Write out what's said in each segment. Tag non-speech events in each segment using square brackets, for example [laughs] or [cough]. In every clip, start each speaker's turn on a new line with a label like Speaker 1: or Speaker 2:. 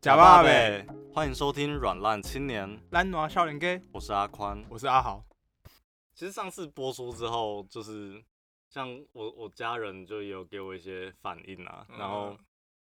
Speaker 1: 假
Speaker 2: 爸
Speaker 1: 爸
Speaker 2: 呗
Speaker 1: 呗，
Speaker 2: 欢迎收听《软烂青年》，
Speaker 1: 蓝暖少年哥，
Speaker 2: 我是阿宽。
Speaker 1: 我是阿豪。
Speaker 2: 其实上次播出之后，就是像我我家人就也有给我一些反应啊，然后
Speaker 1: 嗯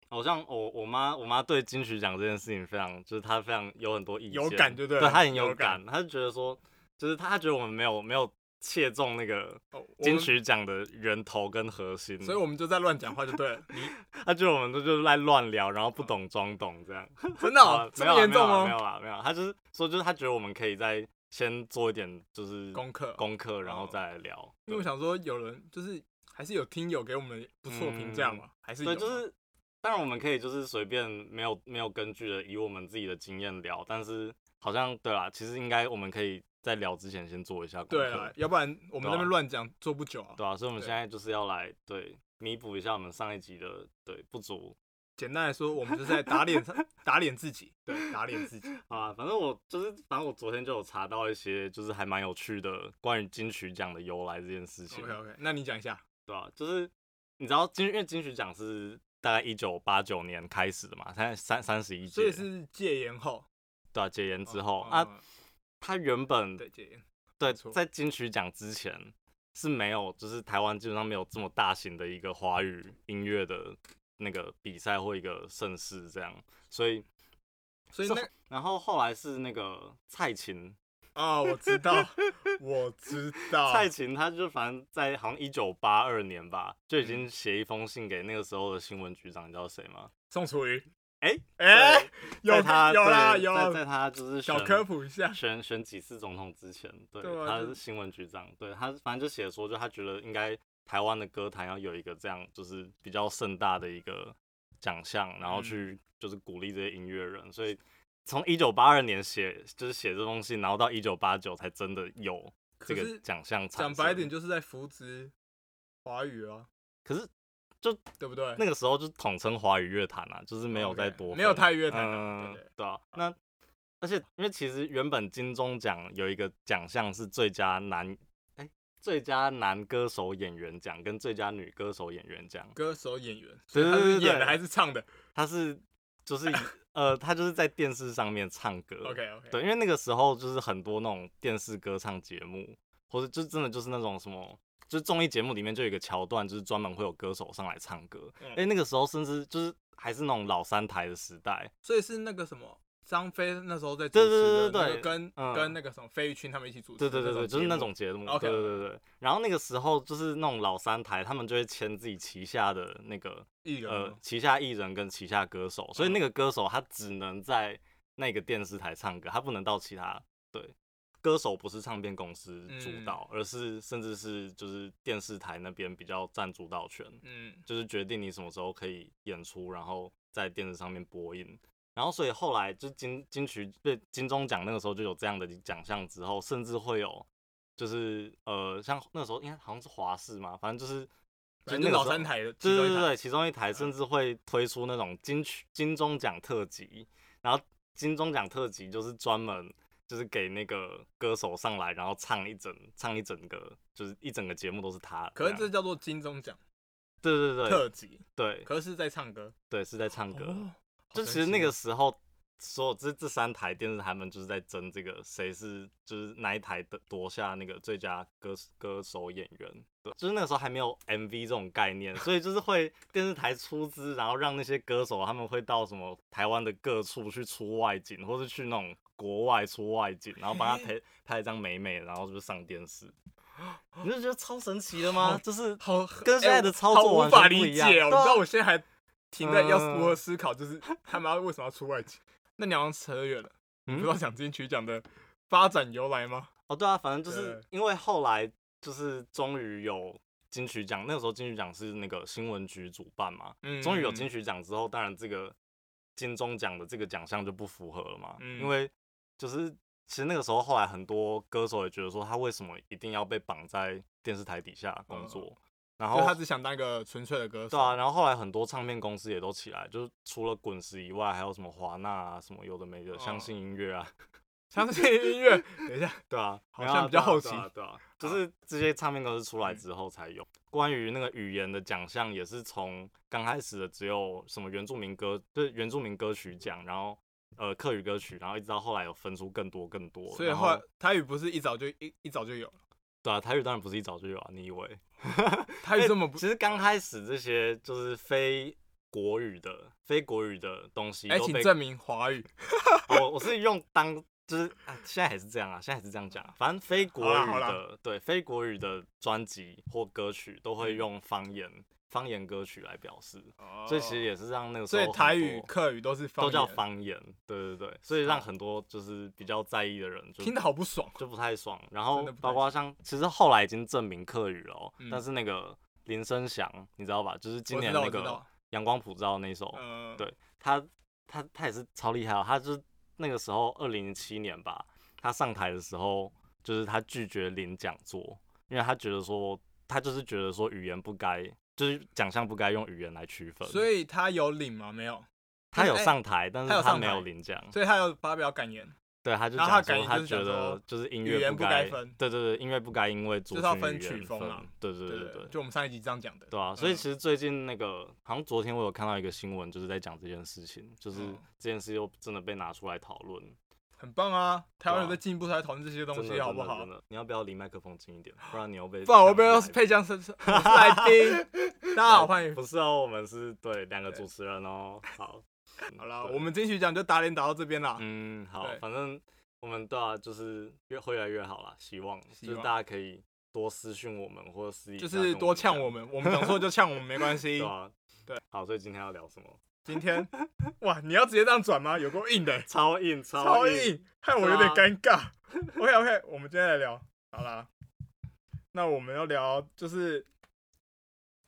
Speaker 2: 好像我我妈我妈对金曲奖这件事情非常，就是她非常有很多意见，
Speaker 1: 有感就对
Speaker 2: 对，
Speaker 1: 了
Speaker 2: 她很有
Speaker 1: 有感
Speaker 2: 感，她就觉得说，就是她她觉得我们没有没有切中那个
Speaker 1: 哦我
Speaker 2: 金
Speaker 1: 们
Speaker 2: 曲奖的源头跟核心，
Speaker 1: 所以我们就在乱讲话就对了。
Speaker 2: [laughs]
Speaker 1: 你
Speaker 2: 她觉得我们都就是在乱聊，然后不懂装懂这样。
Speaker 1: 真的
Speaker 2: 啊
Speaker 1: 哦这
Speaker 2: 没有
Speaker 1: 么
Speaker 2: 啊
Speaker 1: 严重
Speaker 2: 没
Speaker 1: 吗？
Speaker 2: 有啊没有啊没有啊，他就是说，就是他觉得我们可以再先做一点，就是
Speaker 1: 功课哦，
Speaker 2: 功课，然后
Speaker 1: 哦
Speaker 2: 再来聊。
Speaker 1: 因为我想说有人就是还是有听友给我们不错评价嘛，还是有
Speaker 2: 嗯
Speaker 1: 啊
Speaker 2: 对，
Speaker 1: 嘛。
Speaker 2: 就是当然我们可以就是随便没有没有根据的，以我们自己的经验聊，但是好像对啦，其实应该我们可以在聊之前先做一下功
Speaker 1: 对
Speaker 2: 课，
Speaker 1: 啊，要不然我们那
Speaker 2: 对啊
Speaker 1: 边乱讲做不久啊。
Speaker 2: 对啊，所以我们
Speaker 1: 对
Speaker 2: 现在就是要来对弥补一下我们上一集的对不足。
Speaker 1: 简单来说，我们就是在打
Speaker 2: [laughs]
Speaker 1: 脸打脸自己，对，打脸自己。
Speaker 2: 好啊，反正我就是，反正我昨天就有查到一些，就是还蛮有趣的关于金曲奖的由来这件事情。
Speaker 1: OK OK，那你讲一下。
Speaker 2: 对啊，就是你知道金，因为金曲奖是大概一九八九年开始的嘛，三三三十一届，
Speaker 1: 所以是戒严后
Speaker 2: 对、啊、解严之后、
Speaker 1: 嗯
Speaker 2: 啊，
Speaker 1: 嗯
Speaker 2: 它原本
Speaker 1: 对戒严，
Speaker 2: 对
Speaker 1: 错
Speaker 2: 在金曲奖之前是没有，就是台湾基本上没有这么大型的一个华语音乐的那个比赛或一个盛世这样，所以
Speaker 1: 所以
Speaker 2: 是
Speaker 1: 那
Speaker 2: 然后后来是那个蔡琴，
Speaker 1: 啊，我知
Speaker 2: [laughs]
Speaker 1: 道，我知道，
Speaker 2: 蔡琴她就反正在好像一九八二年吧，
Speaker 1: 嗯
Speaker 2: 就已经写一封信给那个时候的新闻局长，你知道谁吗？
Speaker 1: 宋楚瑜，
Speaker 2: 哎
Speaker 1: 哎、
Speaker 2: 对
Speaker 1: 有
Speaker 2: 在他
Speaker 1: 有啦
Speaker 2: 对
Speaker 1: 有
Speaker 2: 在在他就是
Speaker 1: 小
Speaker 2: 选
Speaker 1: 科普一下，
Speaker 2: 选选几次总统之前，对，
Speaker 1: 对啊
Speaker 2: 他
Speaker 1: 就是
Speaker 2: 新闻局长，对他反正就写说，就他觉得应该台湾的歌坛要有一个这样就是比较盛大的一个奖项，
Speaker 1: 嗯
Speaker 2: 然后去就是鼓励这些音乐人，所以从一九八二年写就是写这封信，然后到一九八九才真的有这
Speaker 1: 可
Speaker 2: 个
Speaker 1: 是
Speaker 2: 奖项产
Speaker 1: 讲
Speaker 2: 生。
Speaker 1: 白点，就是在扶植华语啊，
Speaker 2: 可是就
Speaker 1: 对不对？
Speaker 2: 那个时候就是统称华语乐坛啊，就是没有再
Speaker 1: OK，
Speaker 2: 多分
Speaker 1: 没有太乐坛啊
Speaker 2: 嗯
Speaker 1: 对对，
Speaker 2: 对啊。那而且因为其实原本金钟奖有一个奖项是最佳男，哎、最佳男歌手演员奖跟最佳女歌手演员奖，
Speaker 1: 歌手演员，所
Speaker 2: 对
Speaker 1: 以他
Speaker 2: 对
Speaker 1: 是
Speaker 2: 对对
Speaker 1: 演的还是唱的
Speaker 2: 他是就是
Speaker 1: [laughs]
Speaker 2: 呃，他就是在电视上面唱歌。
Speaker 1: ？OK OK，
Speaker 2: 对，因为那个时候就是很多那种电视歌唱节目，或者就真的就是那种什么，就是综艺节目里面就有一个桥段，就是专门会有歌手上来唱歌。哎、
Speaker 1: 嗯 [laughs]
Speaker 2: 那个时候甚至就是还是那种老三台的时代，
Speaker 1: 所以是那个什么张飞那时候在主
Speaker 2: 对
Speaker 1: 持
Speaker 2: 对
Speaker 1: 的
Speaker 2: 对对
Speaker 1: 那
Speaker 2: 对
Speaker 1: 个跟
Speaker 2: 嗯
Speaker 1: 跟那个什么费玉清他们一起主持，
Speaker 2: 对对对对，就是那
Speaker 1: 种节目
Speaker 2: 种节目。
Speaker 1: OK，OK
Speaker 2: 对对对对。然后那个时候就是那种老三台，他们就会签自己旗下的那个
Speaker 1: 艺人
Speaker 2: 呃
Speaker 1: 嘛，
Speaker 2: 旗下艺人跟旗下歌手，所以
Speaker 1: 嗯
Speaker 2: 那个歌手他只能在那个电视台唱歌，他不能到其他对。歌手不是唱片公司主
Speaker 1: 嗯
Speaker 2: 导，而是甚至是就是电视台那边比较占主导权。
Speaker 1: 嗯，
Speaker 2: 就是决定你什么时候可以演出，然后在电视上面播映。然后所以后来就金金曲对金钟奖那个时候就有这样的奖项之后，甚至会有就是呃像那时候应该好像是华视嘛，反正就是
Speaker 1: 反正就
Speaker 2: 那个时候
Speaker 1: 老三台的其
Speaker 2: 对
Speaker 1: 中
Speaker 2: 对
Speaker 1: 一
Speaker 2: 对
Speaker 1: 台嗯
Speaker 2: 对，其中一台甚至会推出那种金曲金钟奖特辑，然后金钟奖特辑就是专门就是给那个歌手上来，然后唱一整唱一整个就是一整个节目都是他。
Speaker 1: 可是
Speaker 2: 这
Speaker 1: 这
Speaker 2: 样
Speaker 1: 叫做金钟奖
Speaker 2: 对对对
Speaker 1: 特辑，
Speaker 2: 对
Speaker 1: 可是是在唱歌，
Speaker 2: 对是在唱歌。
Speaker 1: 哦
Speaker 2: 就
Speaker 1: 好
Speaker 2: 其
Speaker 1: 神
Speaker 2: 实那
Speaker 1: 奇
Speaker 2: 个
Speaker 1: 哦
Speaker 2: 时候，所有这这三台电视台们就是在争这个谁是就是哪一台的夺下那个最佳歌歌手演员，对，就是那个时候还没有 MV 这种概念，所以就是会电视台出资，然后让那些歌手他们会到什么台湾的各处去出外景，或是去那种国外出外景，然后
Speaker 1: [laughs]
Speaker 2: 帮他拍拍一张美美的，然后就上电视，你就觉得超神奇的
Speaker 1: [laughs]
Speaker 2: 吗
Speaker 1: 好？
Speaker 2: 就是
Speaker 1: 好
Speaker 2: [laughs]
Speaker 1: 哎
Speaker 2: 跟现在的操作
Speaker 1: 好无
Speaker 2: 完
Speaker 1: 法
Speaker 2: 全不
Speaker 1: 理
Speaker 2: 一
Speaker 1: 解哦。你
Speaker 2: 样，对啊
Speaker 1: 知道我现在还停在要
Speaker 2: 嗯
Speaker 1: 如何思考，就是他们要为什么要出外景？那你好像扯远了，你
Speaker 2: 嗯
Speaker 1: 不知道讲金曲奖的发展由来吗？
Speaker 2: 哦，对啊，反正就是
Speaker 1: 对
Speaker 2: 因为后来就是终于有金曲奖，那个时候金曲奖是那个新闻局主办嘛，
Speaker 1: 嗯
Speaker 2: 终于有金
Speaker 1: 曲，
Speaker 2: 曲奖之后，当然这个金钟奖的这个奖项就不符合了嘛，因
Speaker 1: 嗯
Speaker 2: 为就是其实那个时候后来很多歌手也觉得说他为什么一定要被绑在电视台底下工
Speaker 1: 嗯
Speaker 2: 作，然
Speaker 1: 就
Speaker 2: 后
Speaker 1: 他只想当一个纯粹的歌手。
Speaker 2: 对啊，然后后来很多唱片公司也都起来，就是除了滚石以外，还有什么华纳啊，什么有的没的，相 [laughs]
Speaker 1: 嗯
Speaker 2: 信音乐啊，
Speaker 1: 相信音
Speaker 2: [laughs]
Speaker 1: 乐，等一下，
Speaker 2: 对啊，
Speaker 1: 好
Speaker 2: 没有啊
Speaker 1: 像比较
Speaker 2: 对啊
Speaker 1: 好嗯
Speaker 2: 对啊
Speaker 1: 奇
Speaker 2: 对啊，就是这些唱片公司出来之后才有。关于那个语言的奖项，也是从刚开始的只有什么原住民歌，就是原住民歌曲奖，然后呃客语歌曲，然后一直到后来有分出更多更多。
Speaker 1: 所以
Speaker 2: 然
Speaker 1: 后
Speaker 2: 后
Speaker 1: 来台语不是一早就一一早就有了，
Speaker 2: 对啊，台语当然不是一早就有啊，你以为？
Speaker 1: 台语这么不
Speaker 2: 哎其，实刚开始这些就是非国语的、非国语的东西
Speaker 1: 哎，
Speaker 2: 都
Speaker 1: 请
Speaker 2: 被
Speaker 1: 证明华语。
Speaker 2: 我我是用当就是、啊、现在还是这样啊，现在还是这样讲、啊，反正非国
Speaker 1: 好啦
Speaker 2: 语
Speaker 1: 好啦
Speaker 2: 的对非国语的专辑或歌曲都
Speaker 1: 嗯
Speaker 2: 会用方言、方言歌曲来表示， [laughs] 所以其实也是让那个时
Speaker 1: 哦所
Speaker 2: 候
Speaker 1: 以
Speaker 2: 很
Speaker 1: 台语、
Speaker 2: 多
Speaker 1: 客语都是方
Speaker 2: 都
Speaker 1: 言，啊
Speaker 2: 叫方言，对对对，所以让很多就是比较在意的人就
Speaker 1: 听得好不爽。
Speaker 2: 就不太爽，
Speaker 1: 真
Speaker 2: 然后
Speaker 1: 的不太
Speaker 2: 包括像其实后来已经证明客语了哦、
Speaker 1: 嗯
Speaker 2: 但是那个林声祥你知道吧，就是今
Speaker 1: 我知
Speaker 2: 年
Speaker 1: 道，
Speaker 2: 那
Speaker 1: 我知
Speaker 2: 个
Speaker 1: 道。
Speaker 2: 阳光普照那首，
Speaker 1: 呃，
Speaker 2: 对他他他也是超厉害哦，他就是那个时候二零零七年吧，他上台的时候，就是他拒绝领讲座，因为他觉得说他就是觉得说语言不该，就是奖项不该用语言来区分。
Speaker 1: 所以他有领吗？没有，
Speaker 2: 他有
Speaker 1: 哎
Speaker 2: 上台，但
Speaker 1: 他有
Speaker 2: 是他
Speaker 1: 上
Speaker 2: 没有
Speaker 1: 台
Speaker 2: 领奖。
Speaker 1: 所以他有发表感言，
Speaker 2: 对，他就
Speaker 1: 然后他
Speaker 2: 讲
Speaker 1: 的感
Speaker 2: 说
Speaker 1: 言
Speaker 2: 他
Speaker 1: 就是
Speaker 2: 觉
Speaker 1: 讲
Speaker 2: 得
Speaker 1: 说
Speaker 2: 就是音
Speaker 1: 语
Speaker 2: 乐
Speaker 1: 言不该
Speaker 2: 该
Speaker 1: 分
Speaker 2: 对对对，音乐不该因为族
Speaker 1: 就
Speaker 2: 群
Speaker 1: 是要分
Speaker 2: 语
Speaker 1: 曲
Speaker 2: 言
Speaker 1: 风
Speaker 2: 分
Speaker 1: 啊
Speaker 2: 对对
Speaker 1: 对
Speaker 2: 对
Speaker 1: 对
Speaker 2: 对
Speaker 1: 对，就我们上一集这样讲的。
Speaker 2: 对啊，所以
Speaker 1: 嗯
Speaker 2: 其实最近那个，好像昨天我有看到一个新闻，就是在讲这件事情，就是
Speaker 1: 嗯
Speaker 2: 这件事又真的被拿出来讨论，
Speaker 1: 很棒啊，台湾人
Speaker 2: 对
Speaker 1: 在
Speaker 2: 啊
Speaker 1: 进步才讨论这些东
Speaker 2: 真的
Speaker 1: 西，好不
Speaker 2: 真的
Speaker 1: 好
Speaker 2: 真？的你要不要离麦克风近一点？不然你又被
Speaker 1: 不然我
Speaker 2: 呛
Speaker 1: 被
Speaker 2: 来
Speaker 1: 配将是是我是来
Speaker 2: [laughs]
Speaker 1: 宾。大家好，欢迎。
Speaker 2: 不是哦，我们是对两个
Speaker 1: 对
Speaker 2: 主持人哦。好，嗯
Speaker 1: 好了，
Speaker 2: 对
Speaker 1: 我们这期讲就打脸打到这边啦。
Speaker 2: 嗯好
Speaker 1: 对，
Speaker 2: 反正我们对啊，就是越会越来越好啦，希望
Speaker 1: 希
Speaker 2: 就是
Speaker 1: 望
Speaker 2: 大家可以多私讯我们，或者私底
Speaker 1: 就
Speaker 2: 下跟
Speaker 1: 是多呛
Speaker 2: 讲
Speaker 1: 我，们，我们讲错就呛我们，没关
Speaker 2: [laughs] 对
Speaker 1: 系。
Speaker 2: 啊，
Speaker 1: 对。
Speaker 2: 好，所以今天要聊什么？
Speaker 1: 今天，哇，你要直接这样转吗？有够硬的欸，
Speaker 2: 超硬，
Speaker 1: 超
Speaker 2: 硬。啊
Speaker 1: 硬，害我有点尴尬。OK [laughs] OK，我们今天来聊，好啦，那我们要聊就是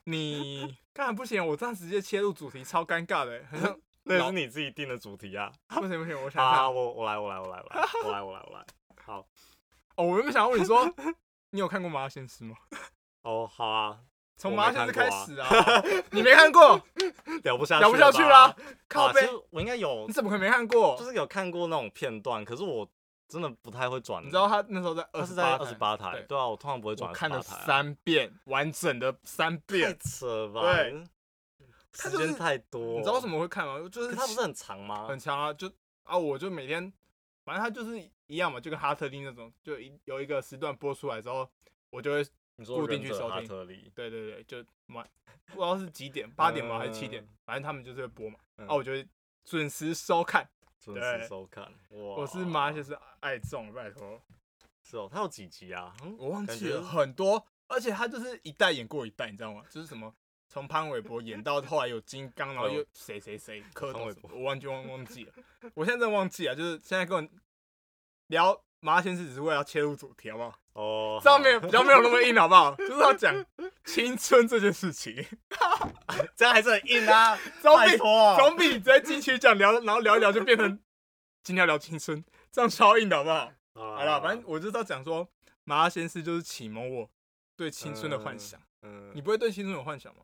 Speaker 1: 你，干不行，我这样直接切入主题超尴尬的欸，很
Speaker 2: [laughs]
Speaker 1: 像
Speaker 2: 那
Speaker 1: 老
Speaker 2: 是你自己定的主
Speaker 1: [laughs]
Speaker 2: 题啊！
Speaker 1: 不行不行，我想
Speaker 2: 好
Speaker 1: 想
Speaker 2: 好，，我我来，我来，我来，我来，我来，我来，
Speaker 1: [laughs]
Speaker 2: 我来。好，
Speaker 1: 哦，我原本想要问你说，你有看过《麻辣鲜师》吗？
Speaker 2: 哦，好啊，
Speaker 1: 从《
Speaker 2: 我
Speaker 1: 麻辣
Speaker 2: 没
Speaker 1: 鲜师》
Speaker 2: 看
Speaker 1: 开
Speaker 2: 过啊
Speaker 1: 始啊，你没看过，
Speaker 2: 聊不 [laughs] 下去，
Speaker 1: 聊不下去啦
Speaker 2: 啦。，
Speaker 1: 靠
Speaker 2: 啊
Speaker 1: 背
Speaker 2: 其，实我应该有
Speaker 1: 你，怎么可能没看过
Speaker 2: 就？是有看过那种片段，可是我真的不太会转。
Speaker 1: 你知道他那时候在
Speaker 2: 他
Speaker 1: 二
Speaker 2: 是
Speaker 1: 十
Speaker 2: 在
Speaker 1: 八
Speaker 2: 二十，八台
Speaker 1: 对，
Speaker 2: 对啊，我通常不会转
Speaker 1: 我
Speaker 2: 28
Speaker 1: 看了
Speaker 2: 台啊，
Speaker 1: 三遍，完整的三
Speaker 2: 太
Speaker 1: 遍。
Speaker 2: 扯了吧？
Speaker 1: 对，他
Speaker 2: 时
Speaker 1: 就是
Speaker 2: 间太多。
Speaker 1: 你知道为什？么会看吗？就
Speaker 2: 可
Speaker 1: 是
Speaker 2: 是它不是很长吗？
Speaker 1: 很强啊，就啊，我就每天，反正他就是一样嘛，就跟哈特利那种，就一有一个时段播出来之后，我就会，
Speaker 2: 你说
Speaker 1: 固定去
Speaker 2: 忍者
Speaker 1: 收
Speaker 2: 哈
Speaker 1: 听
Speaker 2: 特利，
Speaker 1: 对对对，就晚不知道是几点，八点吗还是七点
Speaker 2: 嗯，
Speaker 1: 反正他们就是会播嘛，
Speaker 2: 嗯
Speaker 1: 啊，我就会准时收看。
Speaker 2: 准
Speaker 1: 对
Speaker 2: 时收看。哇，
Speaker 1: 我是麻先是爱中，拜托，
Speaker 2: 是哦，它有几集啊？嗯
Speaker 1: 我忘记
Speaker 2: 感觉
Speaker 1: 了很多，而且他就是一代演过一代，你知道吗？就是什么。从潘玮柏演到后来有金刚，然后又谁谁谁柯
Speaker 2: 哦潘
Speaker 1: 东
Speaker 2: 玮
Speaker 1: 什么，
Speaker 2: 柏
Speaker 1: 我完全忘忘记了。我现在真的忘记了，啊就是现在跟我聊麻辣鲜师只是为了要切入主题，好不好？
Speaker 2: 哦，
Speaker 1: 这样
Speaker 2: 好
Speaker 1: 没有比较没有那么硬，好不
Speaker 2: [laughs]
Speaker 1: 好？就是要讲青春这件事情，
Speaker 2: 这样还是很硬啊，
Speaker 1: 总
Speaker 2: [laughs] 拜
Speaker 1: 比
Speaker 2: 托。
Speaker 1: 总比你在进去讲聊，然后聊一聊就变成今天要聊青春，这样超硬的，好不好？好
Speaker 2: 好
Speaker 1: 了，哎反正我就是要讲说，麻辣鲜师就是启蒙我对青春的幻想。
Speaker 2: 嗯，
Speaker 1: 你不会对青春有幻想吗？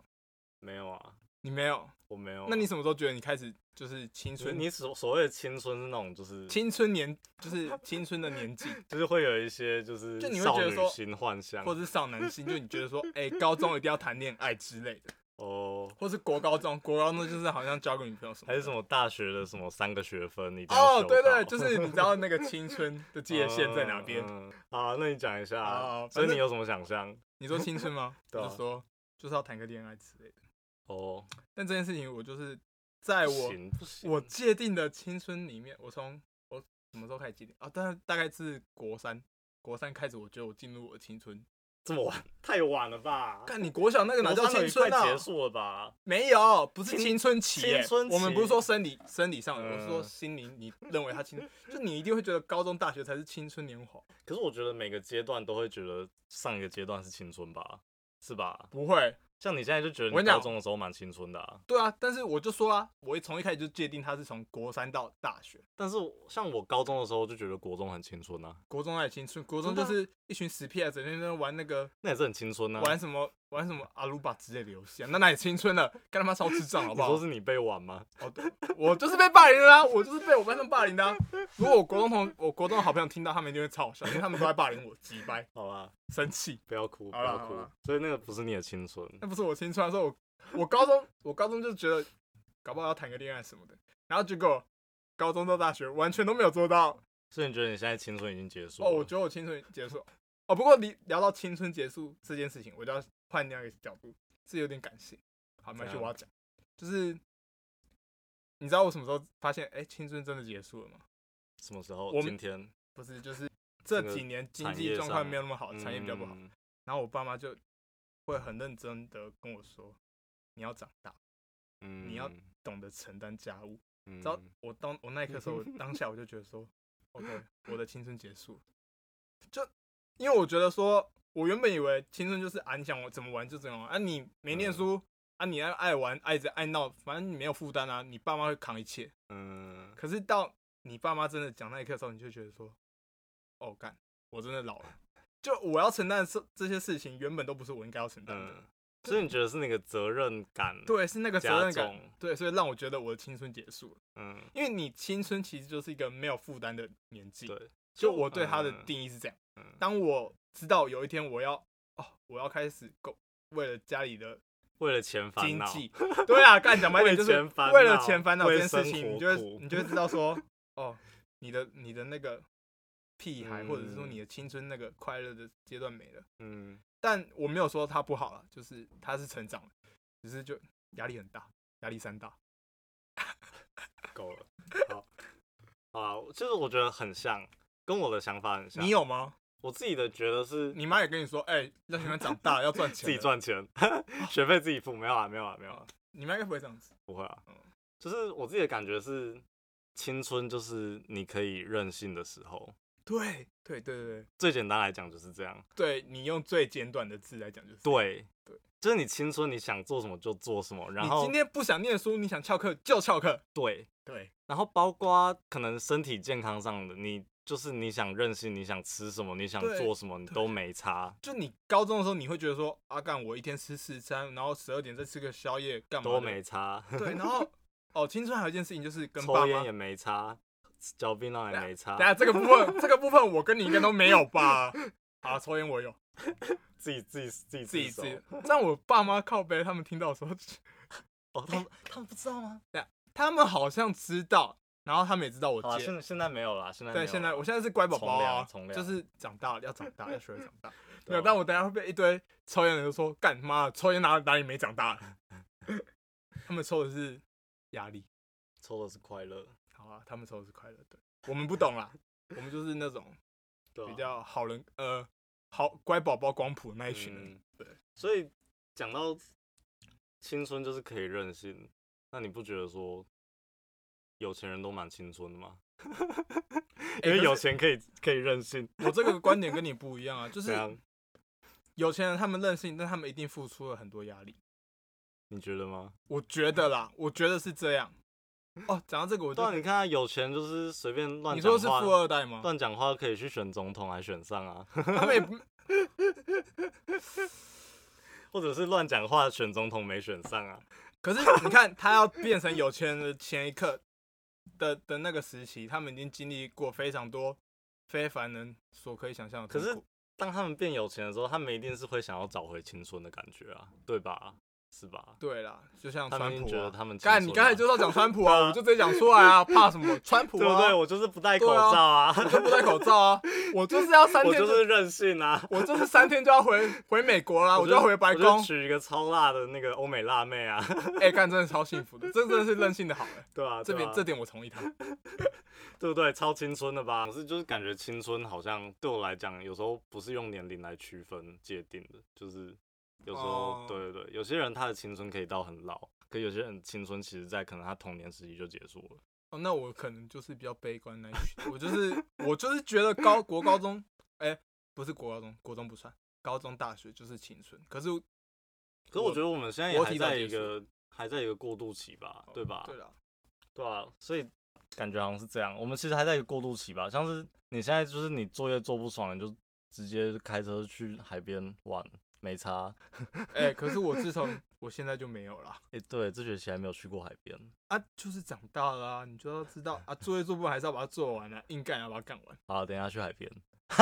Speaker 2: 没有啊，
Speaker 1: 你没有？
Speaker 2: 我没有啊。
Speaker 1: 那你什么时候觉得你开始就是青
Speaker 2: 你
Speaker 1: 春？
Speaker 2: 你所所谓的青春是那种就是
Speaker 1: 青春年
Speaker 2: [laughs]
Speaker 1: 就是青春的年纪，
Speaker 2: 就是会有一些就是
Speaker 1: 就你会
Speaker 2: 少
Speaker 1: 觉得说
Speaker 2: 女心幻想，
Speaker 1: 或者是少男心，就你觉得
Speaker 2: [laughs]
Speaker 1: 说，哎、高中一定要谈恋爱之类的，
Speaker 2: 哦，
Speaker 1: 或是国高中，国高中就是好像交个女朋友什么的，
Speaker 2: 还是什么大学的什么三个学分，你
Speaker 1: 哦，对对，就是 [laughs] 你知道那个青春的界限
Speaker 2: 嗯
Speaker 1: 在哪
Speaker 2: [laughs]
Speaker 1: 边？
Speaker 2: 啊？那你讲一下
Speaker 1: 好好
Speaker 2: 啊，
Speaker 1: 反
Speaker 2: 所以
Speaker 1: 正
Speaker 2: 你有什么想象？
Speaker 1: 你说青春吗？
Speaker 2: [laughs] 对啊
Speaker 1: 我就说就是要谈个恋爱之类的。
Speaker 2: 哦，
Speaker 1: 但这件事情，我就是在
Speaker 2: 不
Speaker 1: 哎我
Speaker 2: 行不行，
Speaker 1: 我界定的青春里面，我从我什么时候开始界定啊？但大概是国三，国三开始，我觉得我进入我的青春。
Speaker 2: 这
Speaker 1: [laughs]
Speaker 2: 么晚太晚了吧？
Speaker 1: 看你国小那个哪
Speaker 2: 我
Speaker 1: 叫
Speaker 2: 上
Speaker 1: 青
Speaker 2: 个礼
Speaker 1: 春
Speaker 2: 拜
Speaker 1: 啊？
Speaker 2: 结束了吧？
Speaker 1: 没有，不是
Speaker 2: 青
Speaker 1: 青春期耶、
Speaker 2: 青春期
Speaker 1: 我们不是说生理生理上的，
Speaker 2: 嗯
Speaker 1: 我是说心灵。你认为他青春，就你一定会觉得高中、大学才是青春年华。
Speaker 2: 可是我觉得每个阶段都会觉得上一个阶段是青春吧，是吧？
Speaker 1: 不会，
Speaker 2: 像你现在就觉得
Speaker 1: 我跟你
Speaker 2: 你
Speaker 1: 讲
Speaker 2: 高中的时候蛮青春的啊，
Speaker 1: 对啊，但是我就说啊，我从一开始就界定他是从国三到大学，
Speaker 2: 但是我像我高中的时候就觉得国中很青春啊，
Speaker 1: 国中还青春，国中
Speaker 2: 真
Speaker 1: 就
Speaker 2: 的啊
Speaker 1: 是一群死屁孩整天在那玩那个
Speaker 2: 那也是很青春啊。
Speaker 1: 玩什么玩什么阿鲁巴之类的游戏啊，那哪里青
Speaker 2: [laughs]
Speaker 1: 春了？干他妈超智障好
Speaker 2: 你
Speaker 1: 不好
Speaker 2: 说？是你被玩吗？
Speaker 1: 哦，对 [laughs] 我就是被霸凌的啊，我就是被我班上霸凌的、啊。如果我国中同我国中的好朋友听到，他们一定会超好笑，因为他们都在霸凌我，鸡掰，
Speaker 2: [laughs] 好吧，
Speaker 1: 生气。
Speaker 2: 不要哭，不
Speaker 1: 好啦
Speaker 2: 要
Speaker 1: 好
Speaker 2: 哭
Speaker 1: 啦。
Speaker 2: 所以那个不是你的青春，
Speaker 1: 那不是我青春的时候，我我高中我高中就觉得，搞不好要谈个恋爱什么的，然后结果高中到大学完全都没有做到。
Speaker 2: 所以你觉得你现在青春已经结束了？
Speaker 1: 哦，我觉得我青春结束。哦，不过你聊到青春结束这件事情，我就要换另外一个角度，是有点感性。好，没关系，
Speaker 2: 怎样
Speaker 1: 我要讲，就是你知道我什么时候发现，哎、青春真的结束了吗？
Speaker 2: 什么时候？
Speaker 1: 我们
Speaker 2: 今天
Speaker 1: 不是，就是这
Speaker 2: 这个
Speaker 1: 几年经
Speaker 2: 产
Speaker 1: 济
Speaker 2: 业
Speaker 1: 状
Speaker 2: 上
Speaker 1: 况没有那么好，产业哦比较不好。
Speaker 2: 嗯
Speaker 1: 然后我爸妈就会很认真的跟我说，你要长大，
Speaker 2: 嗯
Speaker 1: 你要懂得承担家务。
Speaker 2: 嗯
Speaker 1: 知道我当我那一刻的时候，我
Speaker 2: [laughs]
Speaker 1: 当下我就觉得说，OK，我的青春结束了。就因为我觉得说，我原本以为青春就是啊，你想我怎么玩就怎么玩，啊，你没念
Speaker 2: 嗯
Speaker 1: 书，啊，你爱爱玩爱着爱闹，反正你没有负担啊，你爸妈会扛一切。
Speaker 2: 嗯，
Speaker 1: 可是到你爸妈真的讲那一刻的时候，你就觉得说，哦，干，我真的老了，就我要承担的这这些事情，原本都不是我应该要承担的。
Speaker 2: 嗯，所以你觉得是那个责任感？，
Speaker 1: 对，是那个责任
Speaker 2: 加
Speaker 1: 感
Speaker 2: 重，
Speaker 1: 对，所以让我觉得我的青春结束了。
Speaker 2: 嗯，
Speaker 1: 因为你青春其实就是一个没有负担的年纪，
Speaker 2: 对。
Speaker 1: 就我对它的
Speaker 2: 嗯
Speaker 1: 定义是这样：
Speaker 2: 嗯
Speaker 1: 当我知道有一天我要哦，我要开始够为了家里的
Speaker 2: 为了钱烦
Speaker 1: 经
Speaker 2: 恼，
Speaker 1: 济，对啊，干讲白一点就是
Speaker 2: 为钱烦恼
Speaker 1: 为了钱烦恼这
Speaker 2: 为
Speaker 1: 件事
Speaker 2: 生
Speaker 1: 情，
Speaker 2: 活
Speaker 1: 你就会
Speaker 2: 苦
Speaker 1: 你就会知道
Speaker 2: [laughs]
Speaker 1: 说，哦，你的你的那个屁孩，或者是说
Speaker 2: 嗯
Speaker 1: 你的青春那个快乐的阶段没了。
Speaker 2: 嗯，
Speaker 1: 但我没有说它不好了，就是它是成长了，只是就压力很大，压力山大。
Speaker 2: 够了，好，啊，就是我觉得很像，跟我的想法很像。
Speaker 1: 你有吗？
Speaker 2: 我自己的觉得是
Speaker 1: 你妈也跟你说，哎、要你们长大要赚钱，
Speaker 2: 自己。
Speaker 1: [laughs]
Speaker 2: 赚钱，学费自己付，没有啊，没有啊，没有啊，
Speaker 1: 你妈应该不会这样子，
Speaker 2: 不会啊
Speaker 1: 嗯。
Speaker 2: 就是我自己的感觉是，青春就是你可以任性的时候。
Speaker 1: 对对对对对。
Speaker 2: 最简单来讲就是这样，
Speaker 1: 对你用最简短的字来讲就是，
Speaker 2: 对，
Speaker 1: 对，
Speaker 2: 就是你青春你想做什么就做什么，然
Speaker 1: 你
Speaker 2: 后
Speaker 1: 今天不想念书，你想翘课就翘课，
Speaker 2: 对，
Speaker 1: 对，
Speaker 2: 然后包括可能身体健康上的，你就是你想任性，你想吃什么，你想
Speaker 1: 对
Speaker 2: 做什么，你
Speaker 1: 对
Speaker 2: 都没差，
Speaker 1: 就你高中的时候，你会觉得说，啊干，我一天吃四餐，然后十二点再吃个宵夜，干嘛的
Speaker 2: 都没差， [laughs]
Speaker 1: 对，然后哦，青春还有一件事情就是跟爸
Speaker 2: 抽
Speaker 1: 妈
Speaker 2: 烟也，没差，嚼槟榔也没差
Speaker 1: 等，下这个部分，这个部分我跟你应该都没有吧？啊，抽烟我有，
Speaker 2: 自己自己自己
Speaker 1: 自己
Speaker 2: 手
Speaker 1: 自己，但我爸妈靠背，他们听到的时候， [laughs]
Speaker 2: 哦，他们他们不知道吗？
Speaker 1: 他们好像知道，然后他们也知道我
Speaker 2: 好啦，
Speaker 1: 戒
Speaker 2: 现，在现在没有啦，现在没
Speaker 1: 对，
Speaker 2: 有
Speaker 1: 现在
Speaker 2: 啦
Speaker 1: 我现在是乖宝宝啊
Speaker 2: 从良从，良
Speaker 1: 就是长大了要长
Speaker 2: [laughs]
Speaker 1: 大，要学会长大。没
Speaker 2: 对
Speaker 1: 有，
Speaker 2: 啊
Speaker 1: 但我等一下会被一堆抽烟的人说：“干妈，抽烟哪哪里没长
Speaker 2: [laughs]
Speaker 1: 大？”他们抽的是压力，
Speaker 2: 抽的是快乐，
Speaker 1: 好啊，他们抽的是快乐。对，我们不懂
Speaker 2: [laughs]
Speaker 1: 啦，我们就是那种
Speaker 2: 对啊
Speaker 1: 比较好人，呃，好乖宝宝光谱的那一群人。
Speaker 2: 嗯，对，所以讲到青春就是可以任性，那你不觉得说有钱人都蛮青春的吗？因
Speaker 1: 哎可
Speaker 2: 为
Speaker 1: 是
Speaker 2: 有钱可以可以任性，
Speaker 1: 我这个观点跟你不一样
Speaker 2: [laughs]
Speaker 1: 啊，就是
Speaker 2: 怎样？
Speaker 1: 有钱人他们任性，但他们一定付出了很多压力。
Speaker 2: 你觉得吗？
Speaker 1: 我觉得啦，我觉得是这样。哦，讲到这个我
Speaker 2: 对啊，
Speaker 1: 就
Speaker 2: 你看他有钱就是随便乱
Speaker 1: 你
Speaker 2: 讲
Speaker 1: 说是富
Speaker 2: 话，
Speaker 1: 二代吗？
Speaker 2: 乱讲话可以去选总统，还选上啊， [laughs]
Speaker 1: 他们也不
Speaker 2: 或者是乱讲话选总统没选上啊。
Speaker 1: 可是你看，他要变成有钱人的前一刻的的那个时期，他们已经经历过非常多非凡人所可以想象的
Speaker 2: 可
Speaker 1: 痛苦。
Speaker 2: 是当他们变有钱的时候，他们一定是会想要找回青春的感觉啊，对吧？是吧？
Speaker 1: 对啦，就像
Speaker 2: 他
Speaker 1: 川
Speaker 2: 们已
Speaker 1: 普、
Speaker 2: 经
Speaker 1: 啊，
Speaker 2: 觉得他们青
Speaker 1: 干
Speaker 2: 春
Speaker 1: 你刚才
Speaker 2: 了
Speaker 1: 就是要讲川普
Speaker 2: [laughs]
Speaker 1: 啊，我就直接讲出来啊，怕什么？川普、啊、
Speaker 2: 对不对？我就是不戴口
Speaker 1: 对啊
Speaker 2: 罩啊，
Speaker 1: 我就不戴口罩啊，我就是要三
Speaker 2: 我
Speaker 1: 天就，
Speaker 2: 就是任性啊。
Speaker 1: 我就是三天就要回回美国啊啦，我就要回白
Speaker 2: 我
Speaker 1: 宫
Speaker 2: 就。娶一个超辣的那个欧美辣妹啊， [laughs]
Speaker 1: 哎，干、真的超幸福的，这真的是任性的好、欸，
Speaker 2: 对啊，
Speaker 1: 这
Speaker 2: 对
Speaker 1: 边
Speaker 2: 啊
Speaker 1: 这点我同意他。
Speaker 2: 对不对？超青春的吧？可是就是感觉青春好像对我来讲，有时候不是用年龄来区分界定的，就是有时候、
Speaker 1: 哦
Speaker 2: 对对对，有些人他的青春可以到很老，可有些人青春其实在可能他童年时期就结束了。
Speaker 1: 哦，那我可能就是比较悲观那一群，我就是我就是觉得高国高中，哎、不是国高中，国中不算，高中大学就是青春。可是
Speaker 2: 可是我觉得我们现在也
Speaker 1: 我
Speaker 2: 还
Speaker 1: 提早
Speaker 2: 在
Speaker 1: 结
Speaker 2: 一个还在一个过渡期吧，哦对吧？
Speaker 1: 对了，
Speaker 2: 对啊，所以感觉好像是这样。我们其实还在一个过渡期吧，像是你现在就是你作业做不爽，你就直接开车去海边玩，没差。
Speaker 1: 哎、可是我自从我现在就没有啦。
Speaker 2: 诶，对，这学期还没有去过海边。
Speaker 1: 啊，就是长大了啊、你就要知道啊，作业做不完还是要把它做完啊，硬干要把它干完，
Speaker 2: 好，等一下去海边。 [laughs]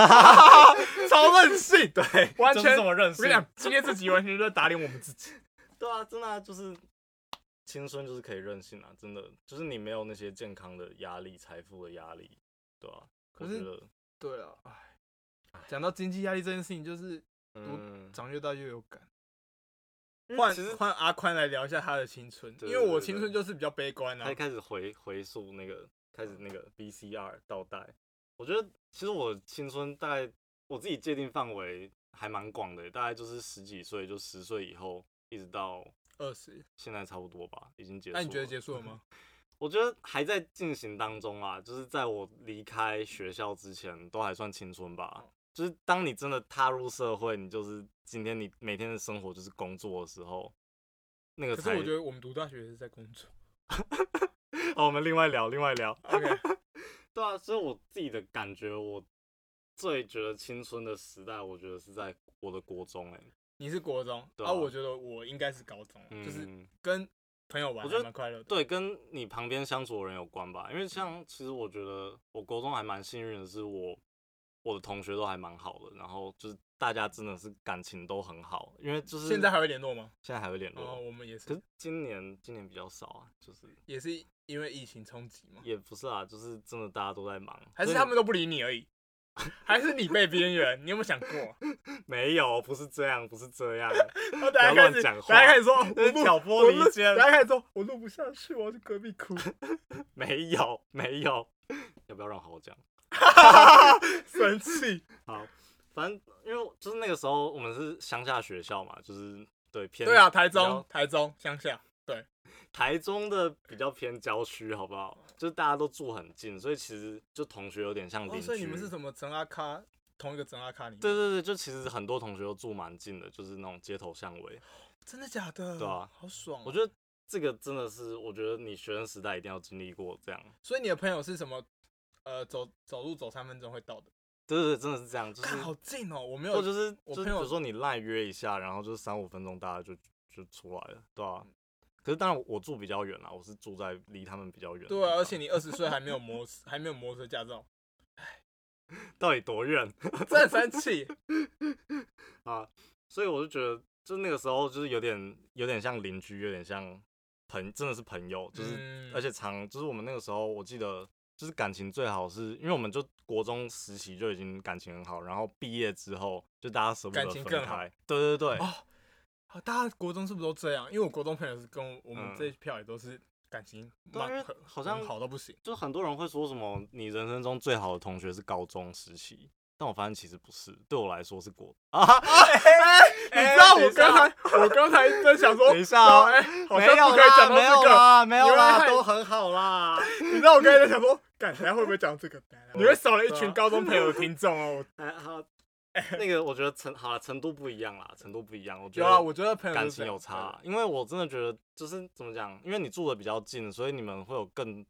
Speaker 1: 超任性的。
Speaker 2: 对，
Speaker 1: [laughs] 完
Speaker 2: 就是
Speaker 1: 全
Speaker 2: 这么认
Speaker 1: 我
Speaker 2: 识。
Speaker 1: 跟你讲，今天这集完全就是打脸我们自己。 [laughs]
Speaker 2: 对啊，真的、啊、就是青春就是可以任性啊，真的就是你没有那些健康的压力、财富的压力，对啊。
Speaker 1: 可
Speaker 2: 我
Speaker 1: 是
Speaker 2: 觉得，
Speaker 1: 对啊，哎，讲到经济压力这件事情，就是
Speaker 2: 嗯，
Speaker 1: 长越大越有感。
Speaker 2: 因为
Speaker 1: 换
Speaker 2: 其实
Speaker 1: 换阿宽来聊一下他的青春，
Speaker 2: 对
Speaker 1: 因为我
Speaker 2: 对
Speaker 1: 青春就是比较悲观啊
Speaker 2: 他。开始回回溯那个开始那个
Speaker 1: 嗯
Speaker 2: VCR 倒带，我觉得其实我青春大概我自己界定范围还蛮广的，欸大概就是十几岁，就十岁以后一直到
Speaker 1: 二十，
Speaker 2: 现在差不多吧，已经结束了。
Speaker 1: 那你觉得结束了吗？
Speaker 2: [laughs] 我觉得还在进行当中啊，就是在我离开学校之前，都还算青春
Speaker 1: 哦
Speaker 2: 吧。就是当你真的踏入社会，你就是今天你每天的生活就是工作的时候，那个
Speaker 1: 可是
Speaker 2: 才
Speaker 1: 我
Speaker 2: [laughs]
Speaker 1: 觉得我们读大学也是在工作。
Speaker 2: 好，哦我们另外聊，另外聊。
Speaker 1: OK，
Speaker 2: 对啊，所以我自己的感觉，我最觉得青春的时代，我觉得是在我的国中哎、
Speaker 1: 你是国中，
Speaker 2: 对
Speaker 1: 而、啊、
Speaker 2: 啊
Speaker 1: 我觉得我应该是高中啊，就是
Speaker 2: 嗯
Speaker 1: 跟朋友玩
Speaker 2: 我
Speaker 1: 还
Speaker 2: 觉得
Speaker 1: 蛮快乐的。
Speaker 2: 对，跟你旁边相处的人有关吧。因为像其实我觉得我高中还蛮幸运的，是我我的同学都还蛮好的，然后就是大家真的是感情都很好，因为就是
Speaker 1: 现在还会联络吗？
Speaker 2: 现在还会联络。
Speaker 1: 哦，我们也
Speaker 2: 可
Speaker 1: 是，
Speaker 2: 是今年今年比较少啊，就是
Speaker 1: 也是因为疫情冲击嘛，
Speaker 2: 也不是啊，就是真的大家都在忙，
Speaker 1: 还是
Speaker 2: 所以
Speaker 1: 他们都不理你而已，还是你被边缘？你有没有
Speaker 2: [laughs]
Speaker 1: 想过？
Speaker 2: 没有，不是这样，不是
Speaker 1: [laughs]
Speaker 2: 这样，
Speaker 1: 然后大家
Speaker 2: 不要
Speaker 1: 开
Speaker 2: 乱
Speaker 1: 始，
Speaker 2: 讲话
Speaker 1: 大家开始说，
Speaker 2: 这
Speaker 1: 我
Speaker 2: 是
Speaker 1: 录
Speaker 2: 挑拨
Speaker 1: 我
Speaker 2: 离
Speaker 1: 录
Speaker 2: 间
Speaker 1: 大家开始说，我录不下去，我要去隔壁
Speaker 2: [laughs]
Speaker 1: 哭。
Speaker 2: 没有，没有，要不要让好好讲？
Speaker 1: 生气。
Speaker 2: 好，反正因为就是那个时候我们是乡下学校嘛，就是对偏
Speaker 1: 对啊，台
Speaker 2: 比较
Speaker 1: 中，台中乡下，对，
Speaker 2: 台中的比较偏郊区，好不好？就是大家都住很近，所以其实就同学有点像邻居。
Speaker 1: 哦所以你们是什么整阿咖？同一个整阿咖里面？
Speaker 2: 对对对，就其实很多同学都住蛮近的，就是那种街头巷尾。
Speaker 1: 真的假的？
Speaker 2: 对啊
Speaker 1: 好爽哦。
Speaker 2: 我觉得这个真的是，我觉得你学生时代一定要经历过这样。
Speaker 1: 所以你的朋友是什么？呃，走走路走三分钟会到的，
Speaker 2: 对对对，真的是这样，就是
Speaker 1: 看好近哦，我没
Speaker 2: 或
Speaker 1: 有，
Speaker 2: 就是
Speaker 1: 我
Speaker 2: 就是
Speaker 1: 朋友
Speaker 2: 比如说你赖约一下，然后就是三五分钟大家就就出来了，对
Speaker 1: 嗯
Speaker 2: 啊。可是当然我住比较远啦，我是住在离他们比较远的地方。
Speaker 1: 对啊，而且你二十岁还没有摩还没有摩托车驾
Speaker 2: [laughs]
Speaker 1: 照，
Speaker 2: 到底多远？ [laughs]
Speaker 1: 真的很生气。
Speaker 2: 啊，所以我就觉得，就那个时候就是有点有点像邻居，有点像朋，真的是朋友， [laughs] 就是、
Speaker 1: 嗯
Speaker 2: 而且常就是我们那个时候，我记得就是感情最好是因为我们就国中实习就已经感情很好，然后毕业之后就大家舍不
Speaker 1: 感
Speaker 2: 得
Speaker 1: 情
Speaker 2: 分
Speaker 1: 更好
Speaker 2: 开，
Speaker 1: [laughs]
Speaker 2: 对对对，
Speaker 1: 哦啊大家国中是不是都这样？因为我国中朋友是跟我我们
Speaker 2: 嗯
Speaker 1: 这一票也都是感情
Speaker 2: 对啊因为
Speaker 1: 蛮很
Speaker 2: 好像
Speaker 1: 很好到不行。
Speaker 2: 就很多人会说什么你人生中最好的同学是高中时期。但我发现其实不是，对我来说是国啊，
Speaker 1: 哎你
Speaker 2: 哎
Speaker 1: 知道我刚
Speaker 2: 才。
Speaker 1: 才我刚才在想说，
Speaker 2: [laughs] 等一下哦
Speaker 1: 哎，好
Speaker 2: 没
Speaker 1: 像
Speaker 2: 有
Speaker 1: 不可以
Speaker 2: 啦，
Speaker 1: 讲到
Speaker 2: 没有
Speaker 1: 这个。
Speaker 2: 啦，没有
Speaker 1: 因
Speaker 2: 啦，
Speaker 1: 为
Speaker 2: 都很好
Speaker 1: [laughs]
Speaker 2: 啦。
Speaker 1: 你知道我刚才在想说，感才会不会讲这
Speaker 2: [laughs]
Speaker 1: 个？你会少了一
Speaker 2: 对
Speaker 1: 群
Speaker 2: 啊
Speaker 1: 高中朋友的听众哦。我
Speaker 2: 哎，好，那个我觉得程好了，程度不一样啦，程度不一样。我觉
Speaker 1: 有啊，我
Speaker 2: 得
Speaker 1: 觉得朋友
Speaker 2: 感
Speaker 1: 就是这
Speaker 2: 情有
Speaker 1: 样
Speaker 2: 差啊，。因为我真的觉得就是怎么讲，因为你住的比较近，所以你们会有更